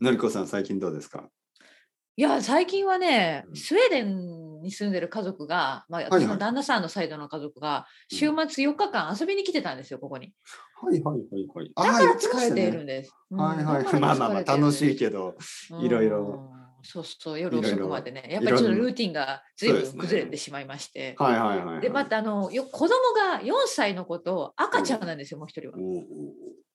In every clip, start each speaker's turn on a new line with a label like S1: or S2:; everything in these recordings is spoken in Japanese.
S1: のりこさん、最近どうですか
S2: いや最近はね
S1: うん
S2: スウェーデンに住んでる家族が、まあ、
S1: はい
S2: 私の旦那さんのサイドの家族が
S1: うん
S2: 週末4日間遊びに来てたんですよここに。
S1: はいはいはいはい。
S2: だから疲れているんです。うん
S1: はいはい
S2: だ
S1: は
S2: か
S1: い。ま
S2: ら
S1: あまあま
S2: 疲
S1: あ、
S2: れてるん
S1: 楽
S2: です
S1: しいけど。いろいろ
S2: うん。そうそう夜遅くまでねや
S1: い
S2: っぱ
S1: ろいろ
S2: りちょっとルーティンが随
S1: そうです
S2: 分
S1: ね
S2: 崩れてしまいまして。
S1: はいはいはいはい。
S2: でまたあのよ子供が4歳の子と赤ちゃんなんですよ、もう一人は
S1: お。う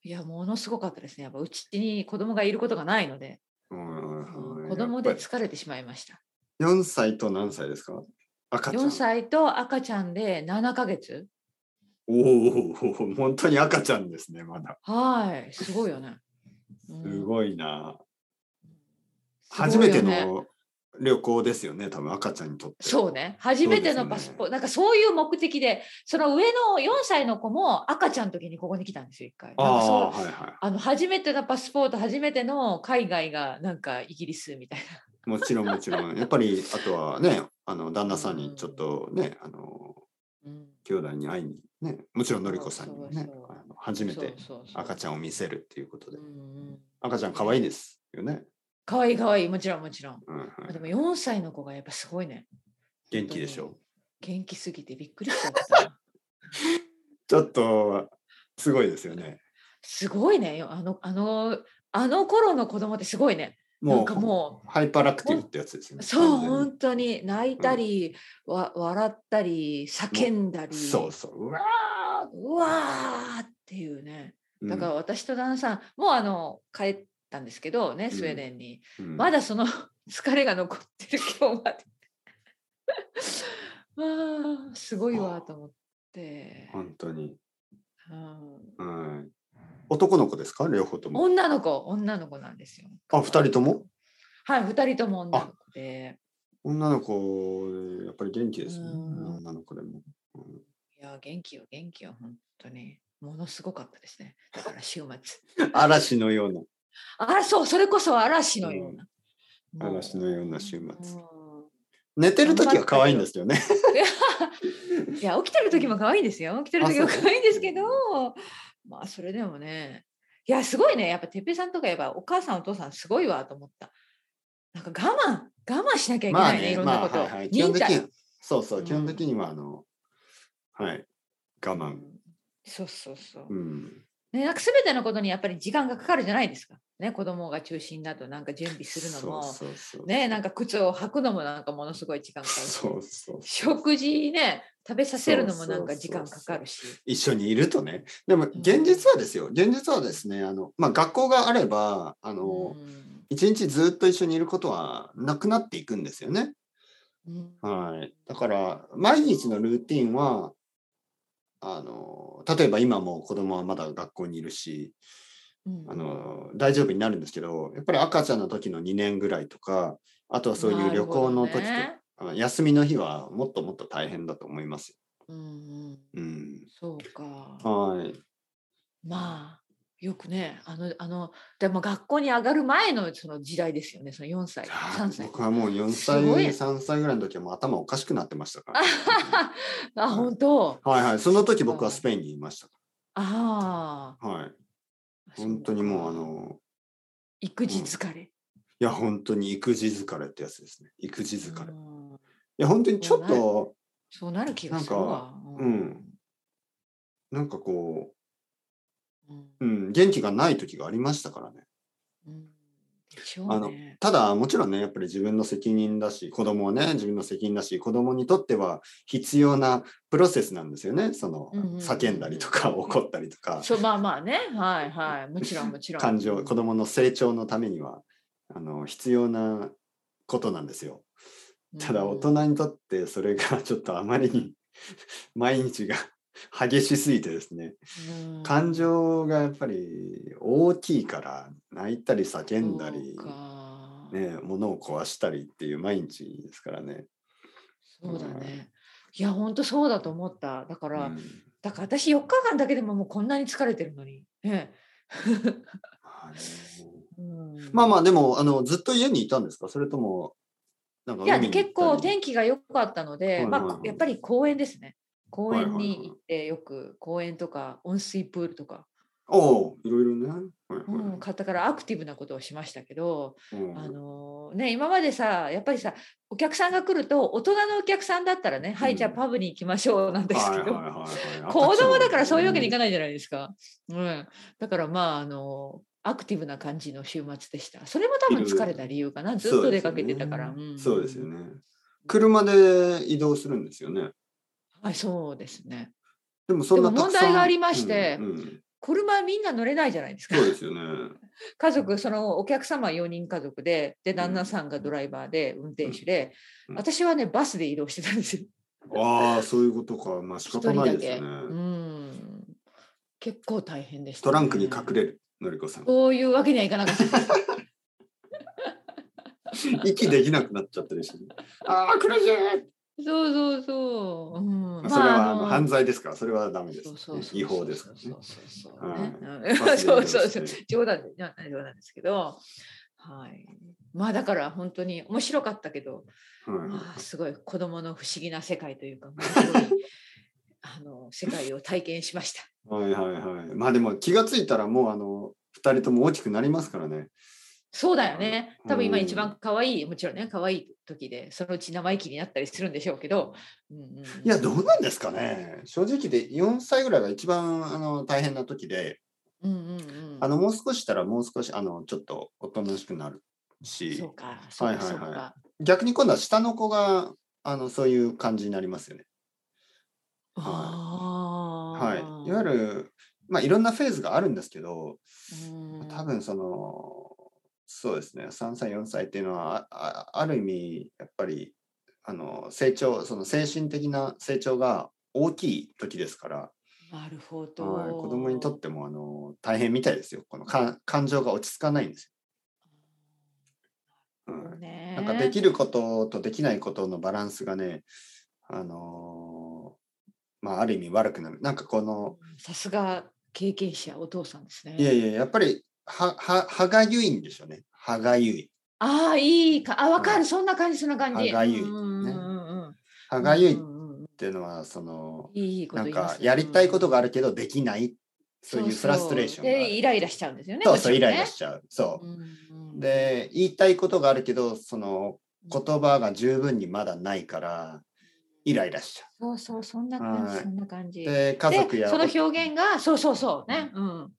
S2: いやものすごかったですね。やっぱうちに子供がいることがないので、
S1: おうおうはいはいはい
S2: 子供で疲れてしまいました。
S1: 4歳と何歳ですか赤ちゃん。
S2: 4歳と赤ちゃんで7ヶ月。
S1: おうおうおう本当に赤ちゃんですね、まだ。
S2: はい、すごいよね。
S1: す
S2: い。
S1: ごいな。
S2: す
S1: 初
S2: ごい
S1: め
S2: よ
S1: て
S2: ね
S1: の旅行ですよね、多分赤ちゃんにとって。
S2: そうね初めてのパスポート、なんかそういう目的でその上の4歳の子も赤ちゃんの時にここに来たんですよ一回なん
S1: あ
S2: かそう
S1: あ、はいは
S2: あの初めてのパスポート初めての海外がなんかイギリスみたい
S1: い。もちろんもちろん。やっぱり、あとはね、あの旦那さんにちょっとね、あの
S2: な、
S1: 兄弟に会いにね、もちろんのりこさんにもね
S2: そうそうそう、
S1: あの初めて赤ち
S2: ゃ
S1: ゃんを見せるっていうことで。
S2: ん
S1: 赤ちゃん可愛いですよね。
S2: かわいいかわいいもちろんもちろん
S1: うんはい
S2: あでも4歳の子がやっぱすごいね
S1: 元気でしょ
S2: 元気すぎてびっくりしちゃった
S1: ちょっとすごいですよね。
S2: すごいねあのあのあの頃の子供ってすごいねな
S1: も
S2: んか
S1: う
S2: もう
S1: ハイパーラクティブってやつですよね。
S2: そう
S1: 完
S2: 本当に泣いたり、わ笑ったり叫んだ
S1: 全
S2: り
S1: にそうそう。うわ
S2: うわーっていうね
S1: ー
S2: だから、私と旦那さん、もうあの帰ったんですけどねスウェーデンに、
S1: うん
S2: まだその 疲れが残ってる今日まで あーすごいわと思って、
S1: 本当に、
S2: うん
S1: はい。男の子ですか両方とも。
S2: 女の子女の子なんですよ
S1: あ二人とも
S2: はい二人とも女の子で
S1: 女の子やっぱり元気ですね。
S2: うん
S1: 女の子でも。うん
S2: いや元気よ元気よ本当にものすごかったですねだから週末
S1: 嵐のような
S2: あらそうそれこそ嵐のような。もう
S1: 嵐のような週末。
S2: う
S1: 寝てる時は可愛いんですよね。
S2: んいや起きてる時も可愛いんですよ。起きてる時も
S1: あそう
S2: 可愛いんですけど、まあそれでもね、いやすごいね。やっぱてっぺいさんとかやっぱお母さんお父さんすごいわと思った。なんか我慢我慢しなきゃいけないね,、いろんなこと。
S1: はいはい、基本
S2: 忍
S1: 的
S2: 者
S1: にはそうそう、
S2: うん
S1: 基本的にはあの、はい、我慢。
S2: そうそうそう。
S1: うん。
S2: ねなんかすべてのことにやっぱり時間がかかるじゃないですか。ね子供が中心だとなんか準備するのも。
S1: そうそうそう。
S2: ね、なんか靴を履くのもなんかものすごい時間かかるし
S1: そうそう。
S2: 食事ね食べさせるのもなんか
S1: そう
S2: 時
S1: そうそう
S2: 間かかるし。
S1: 一緒にいるとね。でも現実はですよ。現実はですね、あの、まあ学校があれば、あの、
S2: うん
S1: 一日ずっと一緒にいることはなくなっていくんですよね。
S2: うん
S1: はい。だから、毎日のルーティンは、あの、例えば今も子供はまだ学校にいるし、
S2: うん
S1: あの大丈夫になるんですけどやっぱり赤ちゃんの時の2年ぐらいとかあとはそういう旅行の時と、
S2: なる
S1: あの休みの日はもっともっと大変だと思いますよ。
S2: ほどねうんうん
S1: うん、
S2: そうか。
S1: はい
S2: まあよくねあのあのでも学校に上がる前のその時代ですよねその4歳3歳。
S1: 僕はもう4歳
S2: すごい
S1: 3歳ぐらいの時はもう頭おかしくなってま したか ら
S2: あ本当。
S1: はいはいその時僕はスペインにいましたか
S2: あ
S1: らはい
S2: あ。
S1: 本当にもう
S2: そう
S1: あ
S2: か
S1: の
S2: 育児疲れ。
S1: いや本当に育児疲れってやつですね育児疲れ
S2: う
S1: い
S2: ん
S1: や本当にちょっと
S2: そうなる気がするわ。
S1: かうんなんかこ
S2: うん
S1: う、うん、元気がない時がありましたからね
S2: うんでしょうね。
S1: ただもちろんねやっぱり自分の責任だし子供はね自分の責任だし子供にとっては必要なプロセスなんですよねその
S2: うんうんうんうん
S1: 叫んだりとか怒ったりとか
S2: そうまあまあねはいはいもちろんもちろん。
S1: 感情子供の成長のためにはあの必要なことなんですよただ
S2: うん
S1: 大人にとってそれが ちょっとあまりに毎日が 激しすぎてですね
S2: うん
S1: 感情がやっぱり大きいから泣いたり叫んだり
S2: そうか
S1: ね、物を壊したりっていう毎日ですからね。
S2: そうだね。いや、本当そうだと思った。だから、
S1: うん
S2: だから私4日間だけでももうこんなに疲れてるのに。ね
S1: まあね
S2: うん
S1: まあまあでもあのずっと家にいたんですかそれともなんか
S2: いや、
S1: 海に行ったり
S2: 結構天気が良かったの
S1: はい
S2: で、
S1: はいはい
S2: まあ、やっぱり公園ですね。公園
S1: はいはいはい
S2: に行ってよく公園とか温水プールとか。
S1: おいろいろね。はいはい
S2: うん、買ったからアクティブなことをしましたけど、
S1: うん
S2: あのーね、今までさやっぱりさお客さんが来ると大人のお客さんだったらね、はいじゃあパブに行きましょうなんですけど、
S1: はいはいはいは い
S2: 子供だからそういうわけにいかないじゃないですか。うん、だからまああのアクティブな感じの週末でした。それも多分疲れた理由かな。ずっと出かけてたから。ん
S1: そうですよね。車で移動するんですよね。
S2: はい、そうですね。
S1: でもそんな
S2: でも
S1: たくさん
S2: 問題がありまして
S1: うんうん
S2: 車みんな乗れないじゃないですか
S1: そ。うですよね。
S2: 家族、そのお客様4人家族で、で、旦那さんがドライバーで運転手で、
S1: うんうん
S2: 私はね、バスで移動してたん ですよ。
S1: ああ、そういうことか。まあ仕
S2: 一
S1: 方
S2: 人
S1: ない
S2: だ
S1: で
S2: け。
S1: す
S2: う
S1: よね。
S2: ん。結構大変でした、
S1: トランクに隠
S2: れ
S1: れる、のりこさん。
S2: こういうわけにはいかなかった。
S1: 息できなくなっちゃったりして。ああ、苦しい
S2: そうそうそう。うん、
S1: それはあの
S2: まああの
S1: 犯罪ですから、それはダメで
S2: そう
S1: す
S2: そう。そう
S1: 違法ですから
S2: そう
S1: ね。
S2: そうそう
S1: はい
S2: ねうん
S1: バ スで移
S2: そ
S1: 動
S2: う
S1: して
S2: そうそう。冗談で、な冗談ですけど。はい。まあだから本当に面白かったけど、
S1: はい
S2: まあすごい子供の不思議な世界というか、もうすごい あの世界を体験しました。
S1: はいはいはい。まあでも気がついたらもうあの二人とも大きくなりますからね。
S2: そうだよね。
S1: うん
S2: 多分今一番可愛い、もちろんね、可愛い時で、そのうち生意気になったりするんでしょうけど。うんうんうん
S1: いやどうなんですかね。正直で4歳ぐらいが一番あの大変な時で、
S2: うんうんうん。
S1: あのもう少ししたらもう少しあのちょっとおとなしくなるし
S2: そう、か、そうか、
S1: はい
S2: そ
S1: は
S2: う
S1: いはい
S2: か。
S1: 逆に今度は下の子があのそういう感じになりますよね。
S2: ああ。
S1: はい。いわゆるまあいろんなフェーズがあるんですけど、多分そのそうですね3歳4歳っていうのはああある意味やっぱりあの成長その精神的な成長が大きい時ですから、
S2: なるほど、
S1: はい、子供にとってもあの大変みたいですよこのか感情が落ち着かないんですよ、はい
S2: ね
S1: なんかできることとできないことのバランスがねあのーまあある意味悪くなるなんかこの
S2: さすが経験者お父さんですね
S1: いやいややっぱりはは歯がゆいんでしょうね歯がゆい
S2: ああいいかあわかる、
S1: はい
S2: そんな感じそんな感じ
S1: 歯がゆい
S2: うんうん
S1: ね
S2: うんうん
S1: 歯がゆいっ
S2: うんうんうん
S1: ていうのはその
S2: いいこと
S1: な
S2: 言
S1: ん
S2: います
S1: かやりたいこと
S2: が
S1: があるけどできないそういうフラストレーションがある
S2: でイライラしちゃうんですよね
S1: そうそうイ
S2: もちろん
S1: ラ
S2: ね
S1: イラしちゃうそう
S2: うんうん
S1: で言いたいことがあるけどその言葉が十分にまだないからイライラしちゃ
S2: そうそうそんな感じ、
S1: はい
S2: そんな感じ
S1: うで家族
S2: で
S1: や
S2: その表現がそうそうそうねうん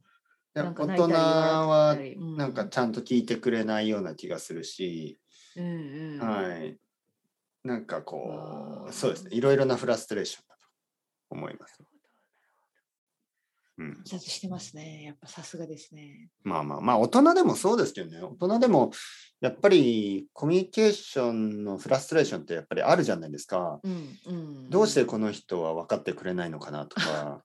S1: お大
S2: なんか泣い
S1: 人
S2: たり
S1: は
S2: 笑ったりう
S1: なんかちゃんと聞いてくれないような気がするし、
S2: うんうん
S1: はいなんか
S2: わ
S1: こ
S2: あ
S1: うそうですねいろいろなフラストレーションだと思います、うん、
S2: 自殺してますねやっぱさすがですね
S1: まあまあまあ大人でもそうですけどね大人でもやっぱりコミュニケーションのフラストレーションってやっぱりあるじゃないですか。
S2: うんうん
S1: どうしてこの人は分かってくれないのかなとか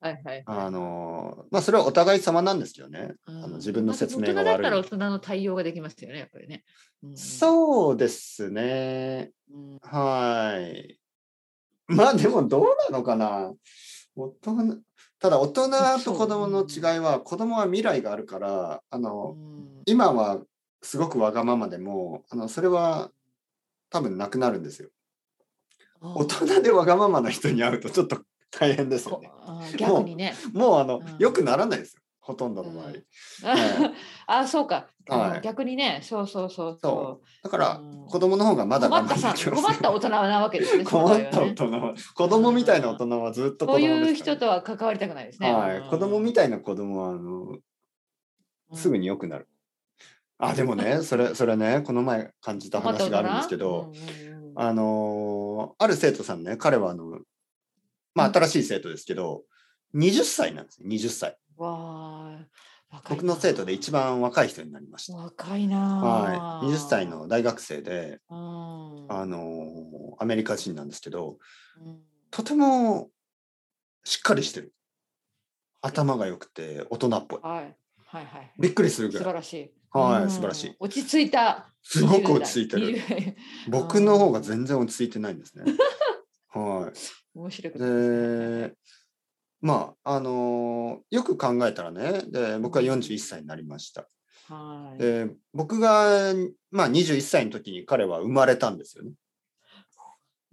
S2: はいはい
S1: あのまあそれはお互い様なんですよね。
S2: うん
S1: あの自分の説明が
S2: 大人
S1: 悪い
S2: だったら大人の対応ができますよね、やっぱりね。
S1: そうですね
S2: うん。うん
S1: はい。まあでもどうなのかな大人ただ大人と子供の違いは子供は未来があるからあの
S2: うん
S1: 今はすごくわがままでもあのそれは多分なくなるんですよ。大人でわがままな人に会うとちょっと大変ですよね。
S2: あー逆にね。
S1: もうあの、
S2: うん
S1: 良くならないですよほとんどの場合。
S2: うん あ、そうか。
S1: はい
S2: 逆にね、そうそうそう
S1: そ
S2: そう
S1: だから
S2: うん
S1: 子供の方がま
S2: う。
S1: だ
S2: 困
S1: 頑
S2: っ
S1: 張
S2: た
S1: って
S2: さ
S1: きま
S2: 困っ
S1: すね。
S2: た大人なわけですね。 その場
S1: 困
S2: 合
S1: った
S2: は
S1: 大
S2: ね
S1: 人は子供みたいな大人はずっと
S2: そ
S1: 子
S2: う
S1: 供
S2: いう
S1: ですか
S2: 人とは関わりたくないですね。
S1: ら、はい、子供みたいな子供はあのすぐ
S2: に
S1: に良くなる。あでもねそれそれねこの前感じた話があるんですけど、。あのーある生徒さんね、彼はあの、まあ、
S2: うん
S1: 新しい生徒ですけど、20歳なんですよ、20歳。
S2: わあ。
S1: 僕の生徒で一
S2: 番
S1: 番若い人になりました。
S2: 若いな
S1: は
S2: あ。
S1: い、20歳の大学生で、
S2: うん。
S1: あのーアメリカ人なんですけど、
S2: うん
S1: とてもしっかりしてる。頭が良くて、大人っぽい。
S2: はいはいはい。
S1: びっくりするぐ
S2: 素
S1: ら
S2: 晴
S1: い。
S2: らしい。
S1: はい
S2: うん
S1: 素晴らしい。
S2: 落ち着いた。
S1: すごく落ち着いて
S2: 20
S1: る。
S2: 代。20代
S1: 僕の方が全然落ち着いてないん ですね。はい。
S2: 面白いことですね
S1: でまああのよく考えたらねで僕は41歳になりました
S2: はい。はい
S1: で僕が、まあ、21歳の時に彼は生まれたんですよね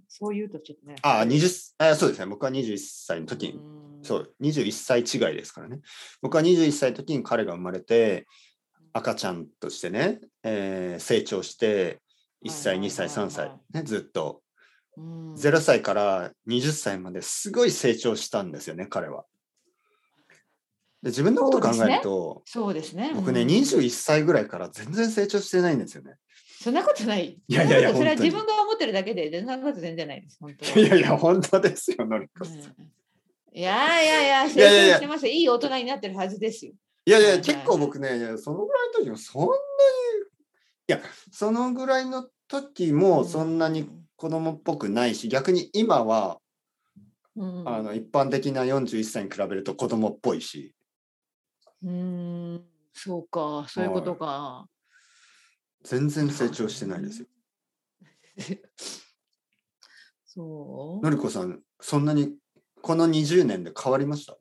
S2: そういうとちょっとね。
S1: あ20あそうですね僕は21歳の時にそう21歳違いですからね僕は21歳の時に彼が生まれて赤ちゃんとしてね、えー成長して1歳
S2: はいはい
S1: 2
S2: はい
S1: 歳
S2: はい
S1: 3歳、ね、ずっと
S2: うん
S1: 0歳から20歳まですごい成長したんですよね彼は。で自分のことを考えると、
S2: そうですね。
S1: 僕ね
S2: うん
S1: 21歳ぐらいから全然成長してないんですよね。
S2: そんなことない。
S1: いやいやいや
S2: そんなことそれは自
S1: 本
S2: 分が思ってるだけで、そんなこと全然ないです。本当
S1: いやいや本当ですよのりこさん。
S2: うんいやいやいや、成
S1: いやいやい
S2: 長
S1: や
S2: してますよ。いい大人になってるはずですよ。
S1: いやい
S2: はい
S1: や
S2: はい
S1: 結構僕ねいやそのぐらいの時もそんなにいやそのぐらいの時もそんなに子供っぽくないし逆に今は
S2: うん、
S1: あの一般的な41歳に比べると子供っぽいし
S2: うん、そうか、そういうことか。
S1: 全然成長してないですよ。
S2: そ
S1: のりこさんそんなにこの20年で変わりました
S2: う。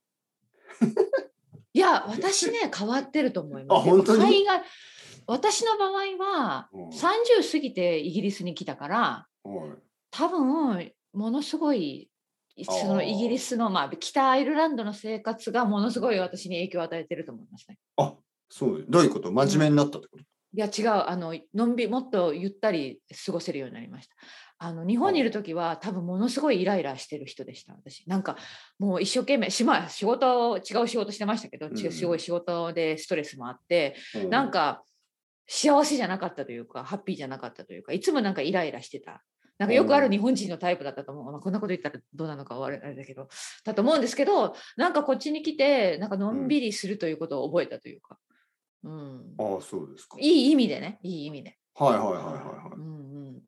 S2: いや、私ね、変わってると思います。
S1: あ本当に
S2: 海外私の場合は、
S1: うん
S2: 30過ぎてイギリスに来たから、
S1: はい
S2: 多分ものすごい
S1: あー
S2: そのイギリスの、まあ、北アイルランドの生活がものすごい私に影響を与えてると思いますね。
S1: あそうどういうこと真面目になったってこと、
S2: いや違うあののんびもっとゆったり過ごせるようになりました。あの日本にいる時は多分ものすごいイライラしてる人でした私なんかもう一生懸命しま仕事を違う仕事してましたけど、
S1: うん
S2: 違うすごい仕事でストレスもあって、
S1: う
S2: なんか幸せじゃなかったというかハッピーじゃなかったというかいつもなんかイライラしてたなんかよくある日本人のタイプだったと思う、まあ、こんなこと言ったらどうなのかあれあれだけどだと思うんですけどなんかこっちに来てなんかのんびりするということを覚えたというか、うん
S1: ああそうですか
S2: いい意味でねいい意味で、
S1: はいはいはいはいは
S2: うんうん、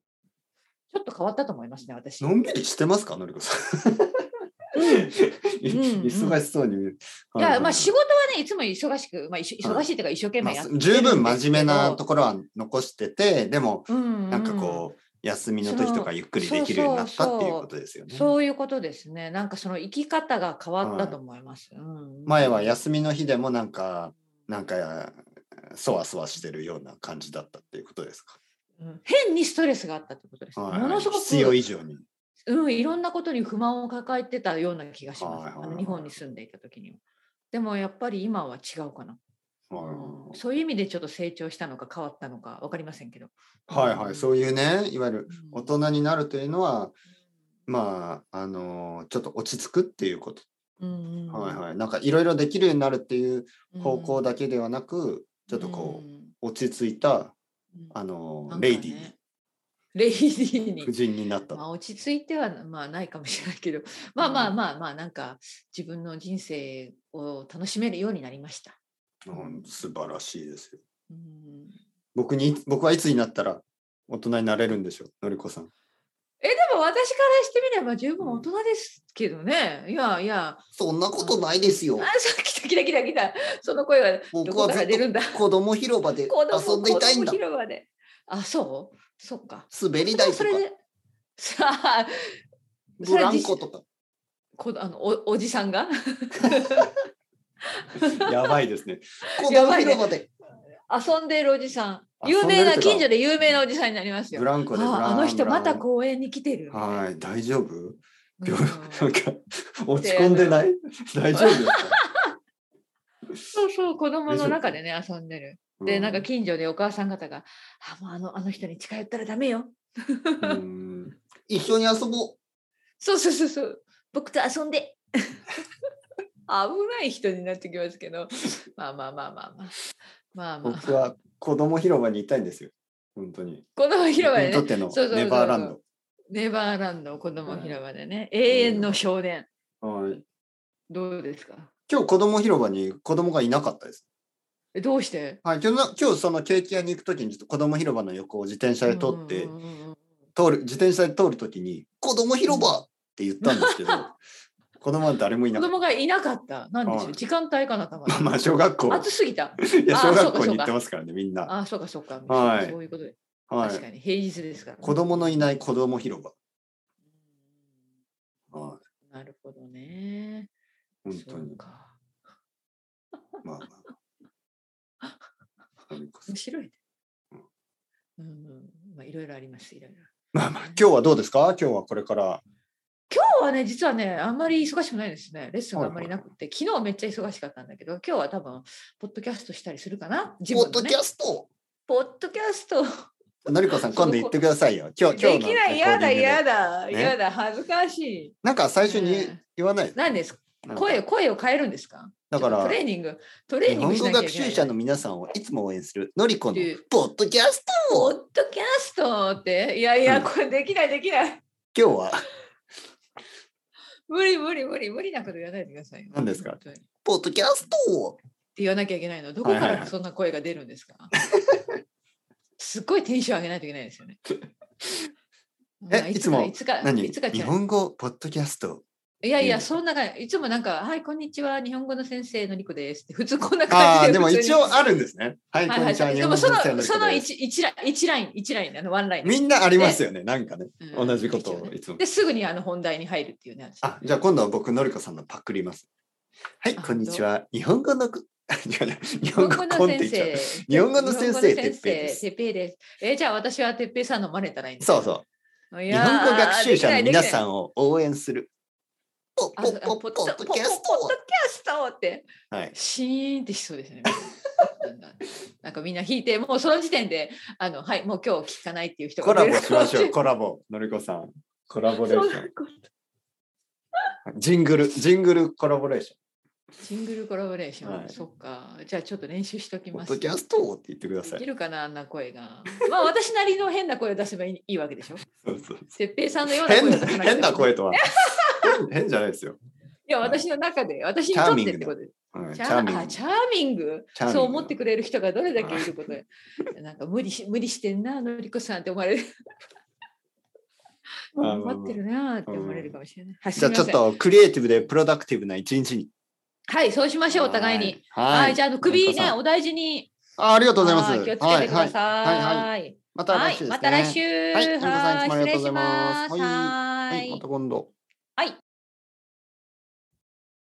S2: ちょっと変わったと思いますね私
S1: いのんびりしてますかのりこさん
S2: うん
S1: 忙しそうに見える、
S2: い
S1: はは
S2: や
S1: は
S2: まあ仕事はねいつも忙しく、まあ、いし忙しいというか一生懸
S1: ま
S2: 命や
S1: あ
S2: って、
S1: 十分真面目なところは残しててでも
S2: うんうん
S1: なんかこう、休みの時とかゆっくりできるようになったっていうことですよね。
S2: そういうことですね。なんかその生き方が変わったと思います。うん
S1: 前は休みの日でもなんかなんかそわそわしてるような感じだったっていうことですか。
S2: うん変にストレスがあったってことです。
S1: はい
S2: ものすごく
S1: 必要以上に。
S2: うん、いろんなことに不満を抱えてたような気がします。
S1: はいはいはい
S2: あの日本に住んでいた時には。でもやっぱり今は違うかな、うん
S1: は
S2: そういう意味でちょっと成長したのか変わったのか分かりませんけど。
S1: いはいそういうねいわゆる
S2: う
S1: 大
S2: ん
S1: 人になるというのはまああのちょっと落ち着くっていうこと。
S2: うん
S1: はいはいなんかいろいろできるようになるっていう
S2: い
S1: 方向だけではなくちょっとこ
S2: う
S1: うん落ち着いた
S2: うん
S1: あの
S2: なんかね
S1: レイディーに
S2: レイディーに
S1: 夫人になった
S2: まあ、落ち着いてはまあないかもしれない けど、まあまあまあまあ、なんか自分の人生を楽しめるようになりました。
S1: うん素晴らしいですよ。
S2: うん
S1: 僕に僕はいつになったら大人になれるんでしょう、のりこさん。
S2: え、でも私からしてみれば十分大人ですけどね。いやいや、
S1: そんなことないですよ
S2: あ、そう、来た来た来た来た。その声はど
S1: 僕
S2: こ
S1: は
S2: か
S1: ず
S2: ら
S1: っ
S2: 出るんだ。
S1: と子供広場で
S2: 子供
S1: 遊んでいたいんだ
S2: 子供。広場で。あ、そうそっか。
S1: 滑り台と
S2: そ
S1: か
S2: れで、さあ、
S1: ブランコとか。
S2: こあのおおじさんが
S1: やばいですね。子
S2: や
S1: 供
S2: ばいね
S1: 広場で。
S2: 遊んでるおじさん。
S1: 遊
S2: 有
S1: んでる
S2: 名な、
S1: とか
S2: 近所で有名なおじさんになりますよ
S1: ブ。ランコでブラン
S2: ああの人
S1: ブラ
S2: ま
S1: ン
S2: た公園に来てる。
S1: はい、大丈夫
S2: うん
S1: 病なん か落ち込んでない大丈夫ですか
S2: そうそう子供の中でね遊んでる。でなんか、近所でお母さん方が「あもうあのあの人に近寄ったらダメよ
S1: うんうん一緒に遊ぼ」
S2: そうそうそうそう僕と遊ん で危ない人になってきますけどまあまあまあまあまあまあ
S1: う。
S2: まあ
S1: 僕は子供広場にいたいんですよ。本当に。
S2: 子供広場で
S1: 僕
S2: ね
S1: にとっ
S2: そ
S1: て
S2: うそうそう
S1: のネバーランド。
S2: ネバーランド子供広場でね、永遠の少年
S1: はい。
S2: どうですか
S1: 今日子供広場に子供がいなかったです。
S2: えどうして
S1: はい、今日な今日そのケーキ屋に行くときにちょっと子供広場の横を自転車で通って、
S2: うんうんうんうん
S1: 通る自転車で通るときに「子供広場!」って言っ たんですけど子供は誰もい
S2: 子
S1: なかっ
S2: 供がいなかったなんでしょ
S1: は
S2: う
S1: い
S2: 時間帯かなたま
S1: た。
S2: に
S1: まあ小学校
S2: 暑すぎた
S1: いや
S2: あそ
S1: 小
S2: う
S1: 学
S2: か
S1: 校
S2: そう
S1: に
S2: か
S1: 行ってますからねみんな。
S2: あそうかそうか。
S1: はい
S2: そういうことで。
S1: は
S2: 確
S1: い、
S2: かに平日ですからね、
S1: 子供のいない子供広場。は
S2: うんなるほどね。
S1: い、本当
S2: そう
S1: に。
S2: か
S1: まあまあ。
S2: 面白いね。うんうん。まあいろいろあります。いろいろ。
S1: まあまあ今日はどうですか今日はこれから。
S2: 今今日はね実はねあんまり忙しくないですねレッスンがあんまりなくて、昨日めっちゃ忙しかったんだけど今日は多分ポッドキャストしたりするかな自
S1: ポ
S2: 分の
S1: ッド
S2: ね
S1: キャスト
S2: ポッドキャスト
S1: のりこさん、今度言ってくださいよ。今日、今日
S2: で
S1: の
S2: きないやだ
S1: レコーディングで
S2: やだ、
S1: ね
S2: やだ恥ずかしい
S1: なんか最初に
S2: ね
S1: 言わないです。
S2: 何です
S1: なんか
S2: 声声を変えるんですか
S1: だか
S2: ちょっと
S1: ら
S2: ト、レーニングトレー
S1: 日
S2: ニング
S1: 本
S2: し
S1: 語
S2: なきゃい
S1: 学
S2: けな
S1: 習
S2: い
S1: 者の皆さんをいつも応援する、のりこの
S2: っていう
S1: ポッドキャス
S2: ポッ
S1: ト
S2: ドキャストっていやいや
S1: うん
S2: これできないできない
S1: 今日は、
S2: 無理無理無理無理なこと言わないでくださいよ
S1: 何ですか
S2: 本当にって
S1: ポッドキャスト
S2: 言わなきゃいけないのどこか
S1: はいはいは
S2: ら
S1: い
S2: そんな声が出るんです かすっごいテンション上げないといけないですよね
S1: え
S2: まあ
S1: いつも
S2: いつか
S1: 何
S2: いつか
S1: 日本語ポッドキャスト。
S2: いやい
S1: いい
S2: や、
S1: の
S2: その中、いつもなんか、はい、こんにちは、日本語の先生のりこですって、普通こんな
S1: あ
S2: 感
S1: あ、
S2: じ
S1: でも
S2: 普通に
S1: 一応あるんですね。はい、
S2: は
S1: こ
S2: い
S1: ん
S2: は
S1: に
S2: い、
S1: ちは。日
S2: で
S1: 本
S2: も
S1: 語
S2: その
S1: 先生のりこです
S2: その一一ライン一ライン一ラインあのワンライン
S1: みんなありますよね、なんかね。
S2: うん
S1: 同じこと
S2: 一応
S1: を
S2: ね
S1: いつも。
S2: ですぐにあの本題に入るっていうね。私
S1: あ、じゃあ今度は僕、のりこさんのパクります。はい、
S2: あ
S1: こんにちは。日本語のこ、違う違う日
S2: 日本語
S1: 本語
S2: の
S1: コンって言
S2: 先
S1: っちゃう。
S2: 生。
S1: 日本語の
S2: 日本語の
S1: 先生
S2: 先生て
S1: て
S2: っぺいです。えーじゃあ私はてっぺいさんの真似たらいいんです
S1: そう
S2: う。
S1: そう。
S2: い
S1: 日
S2: やー
S1: 本語学習者の皆さ
S2: で
S1: んを応援する。ポ
S2: きないできないあ
S1: ポ
S2: ポ
S1: ポ
S2: ッドポッ
S1: ポッド
S2: ドキ
S1: キャ
S2: ャ
S1: ス
S2: ス
S1: ト。
S2: トって、
S1: はい。
S2: シーンってしそうですね。なんかみんな弾いて、もうその時点で、あの、はい、もう今日聞かないっていう人
S1: コ
S2: が
S1: ラ
S2: 出る
S1: ボしましょう。コラボ。のりこさん。コラボレー
S2: そう
S1: ション。ジングル、ジングルコラボレーシ
S2: シングルコラボレーション、
S1: はい
S2: そっか。じゃあちょっと練習しとき
S1: ョン。ポ
S2: ま
S1: ッ
S2: す。
S1: ドキャストって言ってくださ
S2: でき
S1: い。
S2: るかなあんな声が。まあ私なりの変な声を出せばいいいいわけでしょ。
S1: そうそう
S2: 哲平さんのような声
S1: 変
S2: を
S1: な
S2: 出さくても
S1: 変な声とは。変変じゃないですよ。
S2: いや私の中で私にとってってことです。
S1: はい
S2: チ
S1: チ
S2: ャ
S1: ャーミ
S2: ー
S1: ング
S2: チャーミング
S1: チャーミング
S2: そう思ってくれる人がどれだけいることや。なんか無理し無理してんなのりこさんって思われる。
S1: あまあまあ
S2: 思ってるなって思われるかもしれない。はい
S1: じゃあちょっ
S2: すみま
S1: とクリエイティブでプロダクティブな一日
S2: せ
S1: に。
S2: んはいそうしましょうお互いに。
S1: は。
S2: はいい、
S1: はい。
S2: じゃああの
S1: の
S2: 首
S1: りこ
S2: ね
S1: さん
S2: お大事に。
S1: あありがとうございます。
S2: は気をつけてくだ
S1: はいはい
S2: さい。
S1: また
S2: は
S1: 来週
S2: い、
S1: ですね。
S2: また来週。
S1: はいのりこさんいつもあ
S2: はい失礼しま
S1: りがとうございます
S2: す。
S1: はい
S2: は
S1: はいい。また今度。